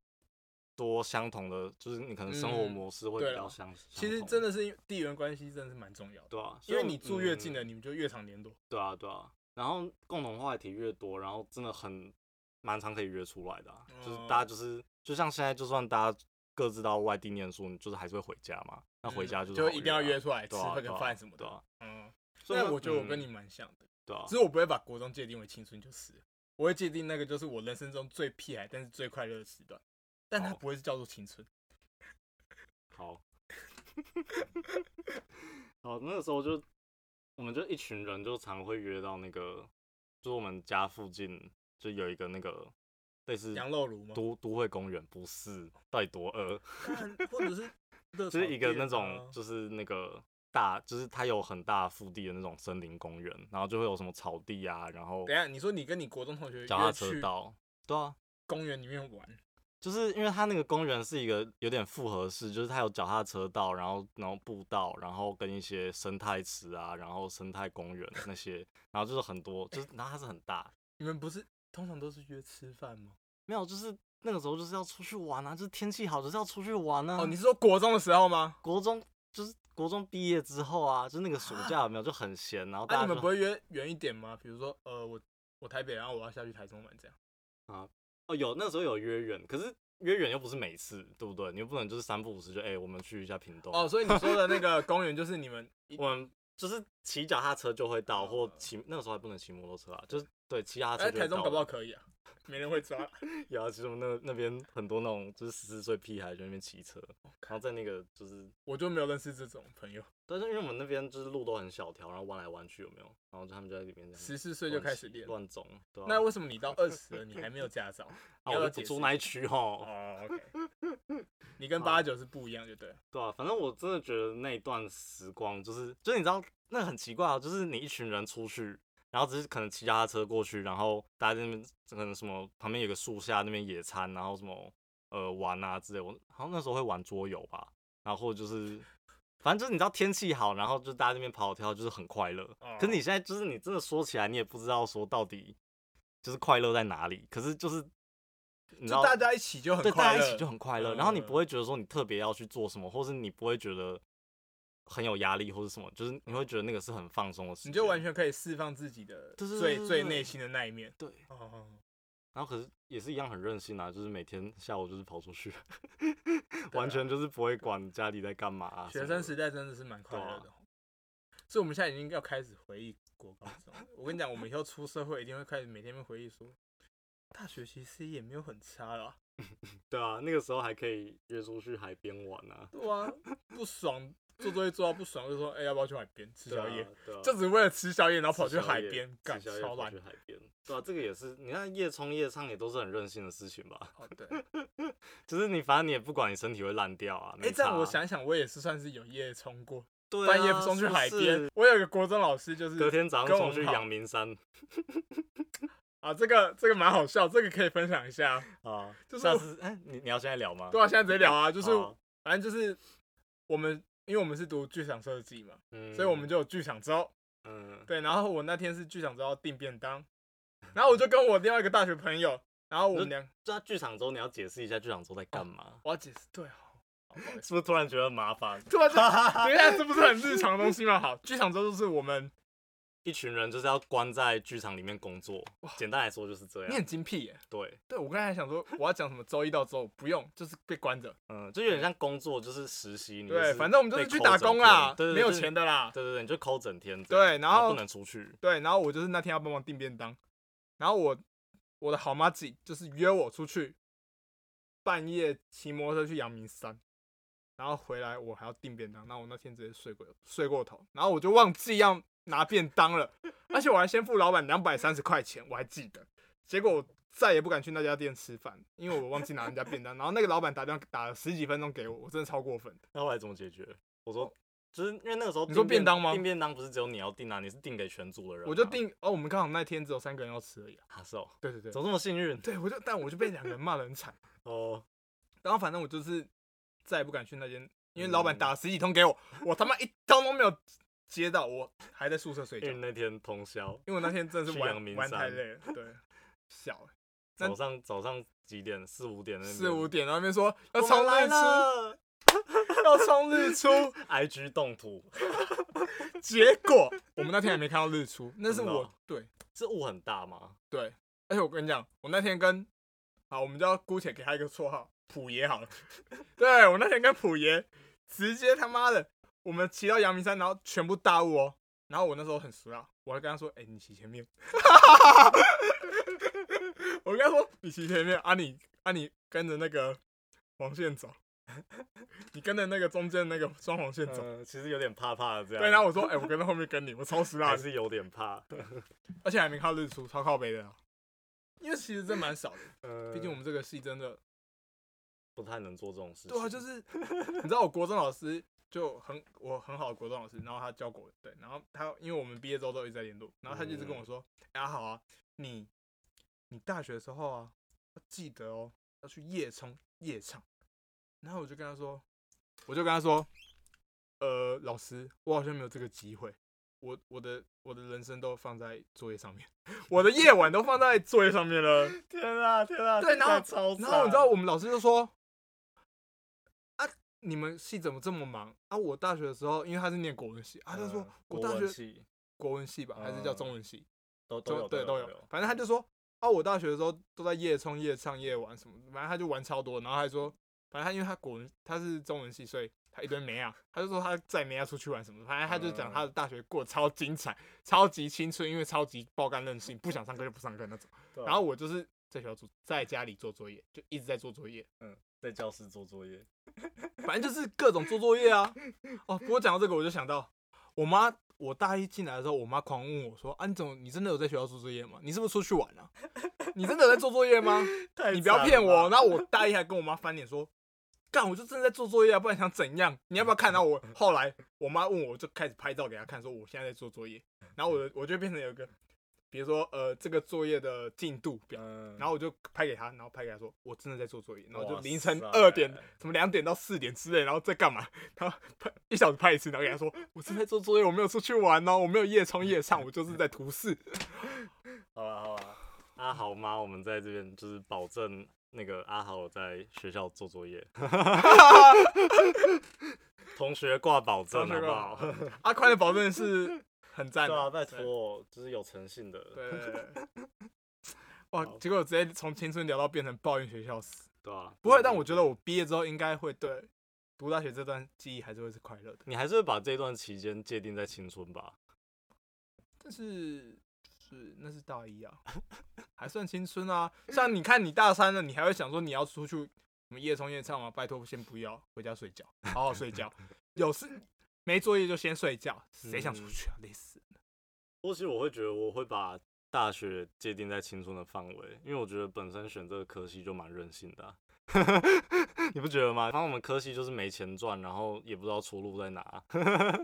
Speaker 2: 多相同的，就是你可能生活
Speaker 1: 嗯
Speaker 2: 模式会
Speaker 1: 对
Speaker 2: 比较
Speaker 1: 啦
Speaker 2: 相。
Speaker 1: 其实
Speaker 2: 相同
Speaker 1: 真的是因为地缘关系真的是蛮重要的，
Speaker 2: 对啊，
Speaker 1: 因
Speaker 2: 所以
Speaker 1: 为
Speaker 2: 我
Speaker 1: 你住越近的，
Speaker 2: 嗯
Speaker 1: 你们就越常联络。
Speaker 2: 对啊对啊，然后共同话题越多，然后真的很蛮常可以约出来的啊、就是
Speaker 1: 哦
Speaker 2: 大家就是就像现在，就算大家各自到外地念书，你就是还是会回家嘛。那回家
Speaker 1: 就
Speaker 2: 就是
Speaker 1: 嗯就
Speaker 2: 好
Speaker 1: 一定要
Speaker 2: 啊
Speaker 1: 约出来吃
Speaker 2: 对啊
Speaker 1: 饭
Speaker 2: 对
Speaker 1: 跟
Speaker 2: 啊
Speaker 1: 饭什么
Speaker 2: 对
Speaker 1: 的
Speaker 2: 啊。
Speaker 1: 嗯，
Speaker 2: 所以
Speaker 1: 但我觉得我跟
Speaker 2: 嗯
Speaker 1: 你蛮像的，
Speaker 2: 对啊
Speaker 1: 只，是我不会把国中界定为青春，就是了我会界定那个就是我人生中最屁孩但是最快乐的时段，但它
Speaker 2: 好
Speaker 1: 不会是叫做青春。
Speaker 2: 好，好，那个时候就我们就一群人就常会约到那个，就是我们家附近就有一个那个类似
Speaker 1: 羊肉炉吗？
Speaker 2: 都都会公园，不是，到底多饿？
Speaker 1: 干或者是热
Speaker 2: [laughs] 就是
Speaker 1: 炒
Speaker 2: 一个
Speaker 1: 店
Speaker 2: 那种
Speaker 1: 啊 [laughs]
Speaker 2: 就是那个大，就是它有很大腹地的那种森林公园，然后就会有什么草地啊，然后
Speaker 1: 等一下，你说你跟你国中同学
Speaker 2: 脚踏
Speaker 1: 约
Speaker 2: 车
Speaker 1: 去
Speaker 2: 道，对啊，
Speaker 1: 公园里面玩，
Speaker 2: 就是因为它那个公园是一个有点复合式，就是它有脚踏车道，然后然后步道，然后跟一些生态池啊，然后生态公园那些，然后就是很多，
Speaker 1: [laughs]
Speaker 2: 就是然后它是很大，
Speaker 1: 你们不是通常都是约吃饭吗？
Speaker 2: 没有就是那个时候就是要出去玩啊，就是天气好就是要出去玩啊。
Speaker 1: 哦，你是说国中的时候吗？
Speaker 2: 国中就是国中毕业之后啊，就是那个暑假有没有就很闲，然后
Speaker 1: 那、
Speaker 2: 大家
Speaker 1: 啊你
Speaker 2: 就、
Speaker 1: 们不会约远一点吗？比如说，呃，我我台北，然后我要下去台中玩这样。
Speaker 2: 哦有那时候有约远，可是约远又不是每次，对不对？你又不能就是三不五时就哎、我们去一下屏东
Speaker 1: 哦，所以你说的那个公园就是你们一
Speaker 2: 我们就是骑脚踏车就会到，或
Speaker 1: 呃
Speaker 2: 骑那个时候还不能骑摩托车啊，就是对骑脚踏
Speaker 1: 哎，
Speaker 2: 车就
Speaker 1: 台
Speaker 2: 会
Speaker 1: 中
Speaker 2: 到。
Speaker 1: 搞不好可以啊，没人会抓。
Speaker 2: [laughs] 有啊，其实我们那那边很多那种就是十四岁屁孩在那边骑车，
Speaker 1: 哦
Speaker 2: 然后在那个就是，
Speaker 1: 我就没有认识这种朋友，
Speaker 2: 但是因为我们那边就是路都很小条，然后弯来弯去有没有？然后就他们就在里面这样
Speaker 1: 十四岁就
Speaker 2: 乱
Speaker 1: 开
Speaker 2: 骑
Speaker 1: 始练。
Speaker 2: 乱走，对啊
Speaker 1: 那为什么你到二十了，你还没有驾
Speaker 2: [laughs]
Speaker 1: 照？要
Speaker 2: 啊
Speaker 1: 不
Speaker 2: 我
Speaker 1: 要
Speaker 2: 就
Speaker 1: 解
Speaker 2: 不
Speaker 1: 释
Speaker 2: 住那一区吼，
Speaker 1: 哦，OK，你
Speaker 2: [laughs]
Speaker 1: 跟
Speaker 2: 好
Speaker 1: 八九是不一样，就对了。
Speaker 2: 对啊，反正我真的觉得那一段时光，就是就是你知道，那很奇怪啊，就是你一群人出去，然后只是可能骑脚踏车过去，然后大家在那边可能什么旁边有个树下那边野餐，然后什么呃玩啊之类。我好像那时候会玩桌游吧，然后就是反正就是你知道天气好，然后就大家那边跑跑跳，跳，就是很快乐。可是你
Speaker 1: 哦
Speaker 2: 现在就是你真的说起来，你也不知道说到底就是快乐在哪里。可是就是你知
Speaker 1: 就
Speaker 2: 道
Speaker 1: 大家一起就很
Speaker 2: 对，大
Speaker 1: 快
Speaker 2: 家
Speaker 1: 乐，
Speaker 2: 一起就很快乐。然后你
Speaker 1: 嗯
Speaker 2: 不会觉得说你特别要去做什么，或是你不会觉得很有压力或是什么，就是你会觉得那个是很放松的事。
Speaker 1: 你就完全可以释放自己的
Speaker 2: 对对
Speaker 1: 最
Speaker 2: 对
Speaker 1: 最
Speaker 2: 对
Speaker 1: 内心的那一面。
Speaker 2: 对。
Speaker 1: 哦，
Speaker 2: 然后可是也是一样很任性啊，就是每天下午就是跑
Speaker 1: [laughs]
Speaker 2: 出去，完全就是不会管家里在干嘛、啊。
Speaker 1: 啊学生时，代真的是蛮快乐
Speaker 2: 对啊
Speaker 1: 的哦。所以我们现在已经要开始回忆国高中了。我跟你讲，我们以后出社会一定会开始每天会回忆说，大学其实也没有很差啦。
Speaker 2: 对啊，那个时候还可以约出去海边玩啊，
Speaker 1: 对啊，不爽做作业做到不爽就说，哎、要不要去海边吃
Speaker 2: 对啊
Speaker 1: 宵夜？，
Speaker 2: 对啊
Speaker 1: 就只为了吃宵夜，然后跑
Speaker 2: 吃
Speaker 1: 去
Speaker 2: 宵
Speaker 1: 海
Speaker 2: 夜
Speaker 1: 边
Speaker 2: 吃，
Speaker 1: 干
Speaker 2: 宵夜
Speaker 1: 超
Speaker 2: 跑
Speaker 1: 烂
Speaker 2: 去。海边，对啊，这个也是，你看夜冲夜唱也都是很任性的事情吧？ [laughs]
Speaker 1: 哦，对，
Speaker 2: 就是你反正你也不管你身体会烂掉啊。
Speaker 1: 哎、
Speaker 2: 没
Speaker 1: 这样
Speaker 2: 差
Speaker 1: 我
Speaker 2: 啊
Speaker 1: 想一想，我也是算是有夜冲过，
Speaker 2: 对
Speaker 1: 半夜
Speaker 2: 啊
Speaker 1: 冲去
Speaker 2: 是不
Speaker 1: 海边
Speaker 2: 是。
Speaker 1: 我有一个国中老师，就是
Speaker 2: 隔天早
Speaker 1: 跟
Speaker 2: 上
Speaker 1: 我们
Speaker 2: 冲去
Speaker 1: 好
Speaker 2: 阳明山
Speaker 1: 啊，这个这个蛮好笑，这个可以分享一下。
Speaker 2: 啊，
Speaker 1: 就是
Speaker 2: 下
Speaker 1: 我
Speaker 2: 次哎、你你要现在聊吗？
Speaker 1: 对啊，现在直接聊啊，就是
Speaker 2: 好
Speaker 1: 反正就是我们，因为我们是读剧场设计嘛，
Speaker 2: 嗯
Speaker 1: 所以我们就有剧场周。
Speaker 2: 嗯，
Speaker 1: 对，然后我那天是剧场周要订便当，然后我就跟我另外一个大学朋友，然后我
Speaker 2: 嗯
Speaker 1: 们俩，
Speaker 2: 就在剧场周，你要解释一下剧场周在干嘛、
Speaker 1: 我要解释对哦，好不好意思
Speaker 2: 是不是突然觉得麻烦？
Speaker 1: 突然
Speaker 2: [laughs]
Speaker 1: 就等一下，这不是很日常的东西吗？好，剧场周就是我们，
Speaker 2: 一群人就是要关在剧场里面工作，简单来说就是这
Speaker 1: 你
Speaker 2: 样
Speaker 1: 很。精辟耶。
Speaker 2: 对，
Speaker 1: 对我刚才还想说我要讲什么周一到周五，不用，就是被关着。
Speaker 2: 嗯，就有点像工作，就是实习。你就
Speaker 1: 对，
Speaker 2: 是
Speaker 1: 反正我们就是
Speaker 2: 被
Speaker 1: 去
Speaker 2: 抠
Speaker 1: 打
Speaker 2: 整
Speaker 1: 工啦
Speaker 2: 天，对对对，
Speaker 1: 没有
Speaker 2: 就是
Speaker 1: 钱。的啦。
Speaker 2: 对对对，你就抠整天这样。
Speaker 1: 对，然
Speaker 2: 然后
Speaker 1: 后
Speaker 2: 不能出去。
Speaker 1: 对，然后我就是那天要帮忙订便当，然后我我的好妈子就是约我出去，半夜骑摩托车去阳明山，然后回来我还要订便当，那我那天直接睡过睡过头，然后我就忘记要拿便当了，而且我还先付老板两百三十块钱，我还记得，结果我再也不敢去那家店吃饭，因为我忘记拿人家便当，然后那个老板打电话打了十几分钟给我，我真的超过分的，
Speaker 2: 那后来怎么解决？我说，就是因为那个时
Speaker 1: 哦
Speaker 2: 候
Speaker 1: 你说
Speaker 2: 订
Speaker 1: 便当吗
Speaker 2: 订便当不是只有你要订啊，你是订给全组的人啊。
Speaker 1: 我就订哦，我们刚好那天只有三个人要吃而已、啊，
Speaker 2: 啊，是哦，
Speaker 1: 对对对
Speaker 2: 怎。么这么幸运？
Speaker 1: 对，我就但我就被两个人骂得很惨，
Speaker 2: [laughs] 哦，
Speaker 1: 然后反正我就是再也不敢去那间，因为老
Speaker 2: 嗯
Speaker 1: 板打了十几通给我，我他妈一通都没有接到，我还在宿舍睡
Speaker 2: 因
Speaker 1: 觉，
Speaker 2: 为
Speaker 1: 因
Speaker 2: 那天
Speaker 1: [laughs]
Speaker 2: 通宵，
Speaker 1: 为我那天真的是
Speaker 2: 嗯 [laughs] 去阳
Speaker 1: 玩
Speaker 2: 明
Speaker 1: 玩太
Speaker 2: 山
Speaker 1: 累了，
Speaker 2: [laughs]
Speaker 1: 对，小那
Speaker 2: 早上早上几点？四五点那边
Speaker 1: 四五点，然后那边说要
Speaker 2: 我们
Speaker 1: 冲
Speaker 2: 来
Speaker 1: 日出，
Speaker 2: [laughs] 了
Speaker 1: 要冲日出， [laughs]
Speaker 2: ，IG 动图
Speaker 1: 结果我们那天还没看到日出，那是
Speaker 2: 真的
Speaker 1: 我
Speaker 2: 哦
Speaker 1: 对
Speaker 2: 是雾很大吗？
Speaker 1: 对，而且我跟你讲，我那天跟好，我们就要姑且给他一个绰号，普爷好了， [laughs] 对我那天跟普爷直接他妈的，我们骑到阳明山，然后全部大雾哦。然后我那时候很熟啊，我还跟他说：“哎、你骑前面。” [laughs] 我跟他说：“你骑前面啊你，啊你跟着那个黄线走， [laughs] 你跟着那个中间那个双黄线走。
Speaker 2: 呃，其实有点怕怕的这样。
Speaker 1: 嗯对，然后我说：“哎、我跟在后面跟你，我超熟啊
Speaker 2: 还，是有
Speaker 1: [laughs]
Speaker 2: 点怕。
Speaker 1: 而且还没看到日出，超靠北的、啊。”因为其实真蛮少的，
Speaker 2: 呃
Speaker 1: 毕竟我们这个系真的
Speaker 2: 不太能做这种事情。
Speaker 1: 对啊，就是你知道我国中老师就很我很好的国中老师，然后他教过我，对，然后他因为我们毕业之后都一直在联络，然后他就一直跟我说，哎、呀、好啊，你你大学的时候啊，要记得哦，要去夜冲夜唱，然后我就跟他说，我就跟他说，呃，老师，我好像没有这个机会，我我的我的人生都放在作业上面，我的夜晚都放在作业上面了。
Speaker 2: 天啊天啊！
Speaker 1: 对
Speaker 2: 听起
Speaker 1: 然
Speaker 2: 来
Speaker 1: 后
Speaker 2: 超
Speaker 1: 然后你知
Speaker 2: 惨
Speaker 1: 道我们老师就说：“啊，你们系怎么这么忙啊？我大学的时候，因为他是念国文系，啊他就说
Speaker 2: 嗯
Speaker 1: 我
Speaker 2: 国
Speaker 1: 大学
Speaker 2: 文系
Speaker 1: 国文系吧，还是叫
Speaker 2: 嗯
Speaker 1: 中文系，
Speaker 2: 都都
Speaker 1: 中
Speaker 2: 有
Speaker 1: 对都有，反正他就说啊，我大学的时候都在夜冲夜唱夜玩什么，反正他就玩超多，然后他还说，反正他因为他国文他是中文系，所以他一堆妹啊，他就说他在妹啊出去玩什么，反正他就讲
Speaker 2: 嗯
Speaker 1: 他的大学过得超精彩，超级青春，因为超级爆肝任性，不想上课就不上课那种。
Speaker 2: 对啊
Speaker 1: 然后我就是在小组在家里做作业，就一直在做作业，
Speaker 2: 嗯在教室做作业，
Speaker 1: 反正就是各种做作业
Speaker 2: [laughs]
Speaker 1: 啊。哦，不过讲到这个，我就想到我妈，我大一进来的时候，我妈狂问我说：“啊，你怎么，你真的有在学校做作业
Speaker 2: [laughs]
Speaker 1: 吗？你是不是出去玩啊？你真的有在做作业吗？[laughs]
Speaker 2: 太
Speaker 1: 你不要
Speaker 2: 惨
Speaker 1: 骗
Speaker 2: 了
Speaker 1: 我。”
Speaker 2: 吧
Speaker 1: 然后我大一还跟我妈翻脸说：“干，我就真的在做作业啊，不然想怎样？你要不要看？”然后我后来我妈问我，我就开始拍照给她看，说我现在在做作业。然后我的我就变成有一个，比如说呃，这个作业的进度表，
Speaker 2: 嗯，
Speaker 1: 然后我就拍给他，然后拍给他说我真的在做作业，然后就
Speaker 2: 哇
Speaker 1: 凌晨
Speaker 2: 塞
Speaker 1: 二点什么两点到四点之类，然后在干嘛？然后拍一小时拍一次，然后给他说我正在做作业，我没有出去玩哦，我没有夜冲夜唱，我就是在图示。
Speaker 2: 好了好了，阿豪妈，我们在这边就是保证那个阿豪在学校做作业， [laughs] 同学挂保证
Speaker 1: 同
Speaker 2: 好
Speaker 1: 学
Speaker 2: 不
Speaker 1: 挂
Speaker 2: 好？
Speaker 1: 保阿宽的啊保证是很赞
Speaker 2: 对
Speaker 1: 的，
Speaker 2: 啊，拜托，就是有诚信的。
Speaker 1: 对。对对对哇
Speaker 2: 啊好，
Speaker 1: 结果直接从青春聊到变成抱怨学校死，
Speaker 2: 对啊，
Speaker 1: 不会，但我觉得我毕业之后应该会对读大学这段记忆还是会是快乐的，
Speaker 2: 你还是会把这段期间界定在青春吧。
Speaker 1: 但是是那是大一啊， [laughs] 还算青春啊。像你看你大三了，你还会想说你要出去什么夜冲夜唱吗？拜托先不要，回家睡觉，好好睡
Speaker 2: [laughs]
Speaker 1: 觉。有事没作业就先睡觉，谁想出去
Speaker 2: 嗯
Speaker 1: 啊？累死人！
Speaker 2: 或许我会觉得我会把大学界定在青春的范围，因为我觉得本身选这个科系就蛮任性的啊、 [laughs] 你不觉得吗？然后我们科系就是没钱赚，然后也不知道出路在哪。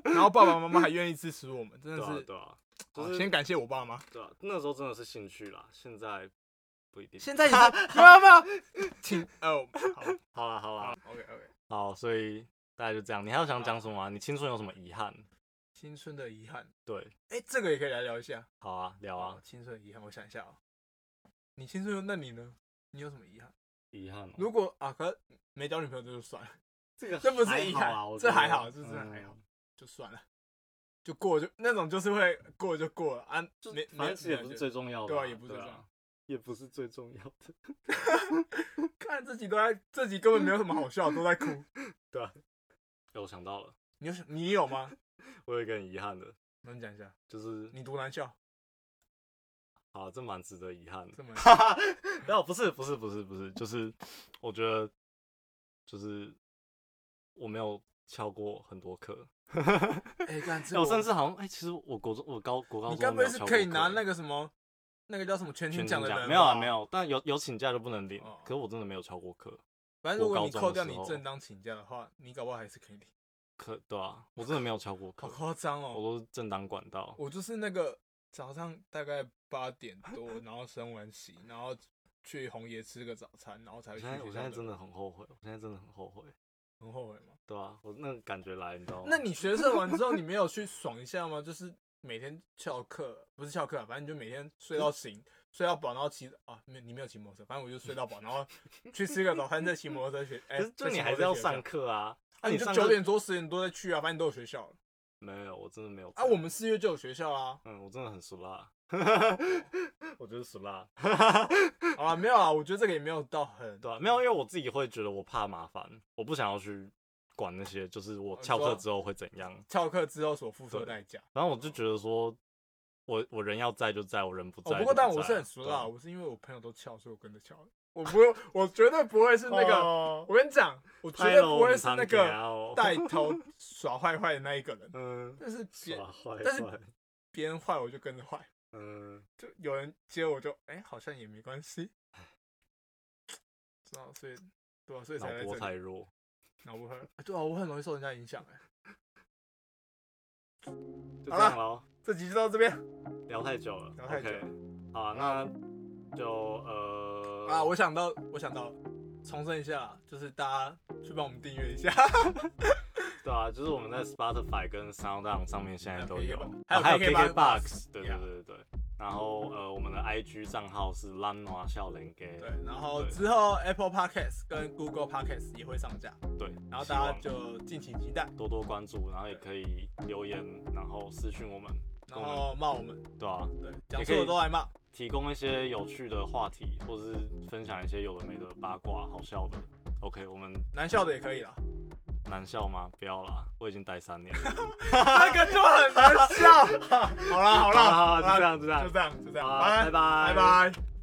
Speaker 1: 然后爸爸妈妈还愿意支持我们，真
Speaker 2: 对
Speaker 1: 的
Speaker 2: 啊，
Speaker 1: 是
Speaker 2: 对啊，
Speaker 1: 好
Speaker 2: 就是
Speaker 1: 先感谢我爸妈。
Speaker 2: 对啊，那时候真的是兴趣啦，现在不一定。
Speaker 1: 现在 [laughs] 也是没有没有，
Speaker 2: [laughs]
Speaker 1: 请哦，好
Speaker 2: 好啦好
Speaker 1: 好
Speaker 2: 啦，
Speaker 1: ，OK OK。
Speaker 2: 好，所以大概就这样。你还有想讲什么、啊？你青春有什么遗憾？
Speaker 1: 青春的遗憾，
Speaker 2: 对，
Speaker 1: 哎、这个也可以来聊一下。
Speaker 2: 好啊，聊啊
Speaker 1: 哦，，青春的遗憾，我想一下啊、你青春，那你呢？你有什么遗憾？
Speaker 2: 遗憾、哦
Speaker 1: 如果啊，可没交女朋友这就算了，
Speaker 2: 这个
Speaker 1: 这不是遗
Speaker 2: 还
Speaker 1: 憾
Speaker 2: 好啊我，
Speaker 1: 这
Speaker 2: 觉
Speaker 1: 还
Speaker 2: 得
Speaker 1: 好，这真的还好
Speaker 2: 嗯，
Speaker 1: 就算了，就过就那种就是会过就过了啊，
Speaker 2: 就
Speaker 1: 没
Speaker 2: 反
Speaker 1: 没
Speaker 2: 正其实也
Speaker 1: 没
Speaker 2: 不是
Speaker 1: 有
Speaker 2: 最重要的
Speaker 1: 对
Speaker 2: 嘛，
Speaker 1: 啊也不是最重要
Speaker 2: 啊，也不是最重要的。
Speaker 1: 看自己都在自己根本没有什么好笑，都在
Speaker 2: [laughs]
Speaker 1: 哭。
Speaker 2: 哎，我想到了，
Speaker 1: 你有什你有吗？
Speaker 2: 我有一个很遗憾的，
Speaker 1: 那你讲一下，
Speaker 2: 就是
Speaker 1: 你读男校，
Speaker 2: 啊，这蛮值得遗憾的。 [laughs]
Speaker 1: 这么
Speaker 2: 哈哈，没有，不是，不是，不是，不是，就是我觉得，就是我没有翘过很多课。
Speaker 1: 哎，干
Speaker 2: 哎
Speaker 1: 这
Speaker 2: 我
Speaker 1: 我
Speaker 2: 甚至好像，哎、其实我国中、我高、国高中
Speaker 1: 你该不会
Speaker 2: 没有
Speaker 1: 是
Speaker 2: 翘过
Speaker 1: 可以
Speaker 2: 课
Speaker 1: 拿
Speaker 2: 欸
Speaker 1: 那个什么那个叫什么全勤
Speaker 2: 全
Speaker 1: 奖
Speaker 2: 勤
Speaker 1: 的人吧？
Speaker 2: 没有啊，没有，但有有请假就不能领。
Speaker 1: 哦
Speaker 2: 可是我真的没有翘过课，
Speaker 1: 反正如果
Speaker 2: 我
Speaker 1: 你
Speaker 2: 高中
Speaker 1: 扣掉
Speaker 2: 的时
Speaker 1: 你
Speaker 2: 候
Speaker 1: 正当请假的话，你搞不好还是可以领。
Speaker 2: 课对啊，我真的没有翘过
Speaker 1: 好
Speaker 2: 课，
Speaker 1: 夸张
Speaker 2: 我
Speaker 1: 哦！
Speaker 2: 都是正当管道。
Speaker 1: 我就是那个早上大概八点多，然后升完息，然后去红爷吃个早餐，然后才
Speaker 2: 我
Speaker 1: 会去
Speaker 2: 现在我
Speaker 1: 学
Speaker 2: 现在
Speaker 1: 校。
Speaker 2: 真的很后悔，我现在真的很后悔，
Speaker 1: 很后悔吗？
Speaker 2: 对啊，我那个感觉来，你知道吗？
Speaker 1: 那你学测完之后，你没有去爽一下吗？就是每天翘课，不是翘课啊，反正你就每天睡到醒，睡到饱，然后骑啊，没有你没有骑摩托车，反正我就睡到饱，然后去吃个早餐，再骑摩托车学。哎、
Speaker 2: 可是就
Speaker 1: 再骑
Speaker 2: 你
Speaker 1: 摩托
Speaker 2: 还是
Speaker 1: 车
Speaker 2: 要
Speaker 1: 学校
Speaker 2: 上课啊，
Speaker 1: 啊，你就
Speaker 2: 上
Speaker 1: 九
Speaker 2: 课
Speaker 1: 点多十点多再去啊，反正你都有学校了
Speaker 2: 没有，我真的没有
Speaker 1: 啊。
Speaker 2: 这样。
Speaker 1: 我们哦四月就有学校啊啦
Speaker 2: 嗯，我真的很俗辣， [laughs] 我就是俗辣，
Speaker 1: 好啊，没有啊，我觉得这个也没有到很
Speaker 2: 对啊，没有，因为我自己会觉得我怕麻烦，我不想要去管那些，就是我
Speaker 1: 哦
Speaker 2: 翘
Speaker 1: 你说
Speaker 2: 课之后会怎样。
Speaker 1: 翘课之后所付出的
Speaker 2: 对
Speaker 1: 代价。
Speaker 2: 然后我就觉得说，我我人要在就在，我人不在
Speaker 1: 哦，
Speaker 2: 就
Speaker 1: 不过但我
Speaker 2: 在
Speaker 1: 是
Speaker 2: 啊
Speaker 1: 很熟
Speaker 2: 对
Speaker 1: 啦，
Speaker 2: 啊
Speaker 1: 我是因为我朋友都翘，所以我跟着翘。我不会，我绝对不会是那个。
Speaker 2: 哦
Speaker 1: 我跟你讲，我绝
Speaker 2: 拍
Speaker 1: 对
Speaker 2: 了
Speaker 1: 不
Speaker 2: 我
Speaker 1: 会
Speaker 2: 们
Speaker 1: 是
Speaker 2: 堂
Speaker 1: 那
Speaker 2: 给啊
Speaker 1: 个
Speaker 2: 哦
Speaker 1: [laughs] 带头耍坏坏的那一个人。
Speaker 2: [laughs] 嗯，
Speaker 1: 但是别
Speaker 2: 耍坏
Speaker 1: 但是
Speaker 2: 坏，
Speaker 1: 别人坏，我就跟着坏。
Speaker 2: 嗯，
Speaker 1: 就有人接我就，哎，好像也没关系。知道，所以对啊，所以
Speaker 2: 脑
Speaker 1: 才来
Speaker 2: 波
Speaker 1: 这
Speaker 2: 太
Speaker 1: 里。
Speaker 2: 弱，
Speaker 1: 脑波很对啊，我很容易受人家影响哎。
Speaker 2: 就
Speaker 1: 好
Speaker 2: 这样
Speaker 1: 啦
Speaker 2: 咯，
Speaker 1: 这集就到这边
Speaker 2: 聊太久了，
Speaker 1: 聊太久
Speaker 2: OK，好啊，那就呃
Speaker 1: 啊！我想到，我想到了，重申一下，就是大家去帮我们订阅一下，
Speaker 2: 对啊，就是我们在 Spotify 跟 SoundOn 上面现在都有，
Speaker 1: [laughs] 还有
Speaker 2: 啊还有
Speaker 1: KKBOX
Speaker 2: KKBox，对
Speaker 1: Yeah
Speaker 2: 对对对。然后呃，我们的 IG 账号是 Lanwa 笑脸给，
Speaker 1: 对，然后
Speaker 2: 对
Speaker 1: 之后 Apple Podcast 跟 Google Podcast 也会上架，
Speaker 2: 对，
Speaker 1: 然后
Speaker 2: 希
Speaker 1: 大家
Speaker 2: 望
Speaker 1: 就敬请期待，
Speaker 2: 多多关注，然后也可以留言，然后私讯我们，
Speaker 1: 然后骂我们，
Speaker 2: 对啊，
Speaker 1: 对，讲
Speaker 2: 也可以
Speaker 1: 错的都来骂，
Speaker 2: 提供一些有趣的话题，或是分享一些有的没的八卦，好笑的。OK，我们
Speaker 1: 难笑的也可
Speaker 2: [laughs]
Speaker 1: 以啦，
Speaker 2: 难笑吗？不要啦，我已经待三年了。
Speaker 1: 那个就很难笑。好啦好啦，
Speaker 2: [laughs] 好啦好啦
Speaker 1: 啦
Speaker 2: 就这样就这样
Speaker 1: 就这样就这样，
Speaker 2: 好啦拜
Speaker 1: 拜
Speaker 2: 拜
Speaker 1: 拜拜。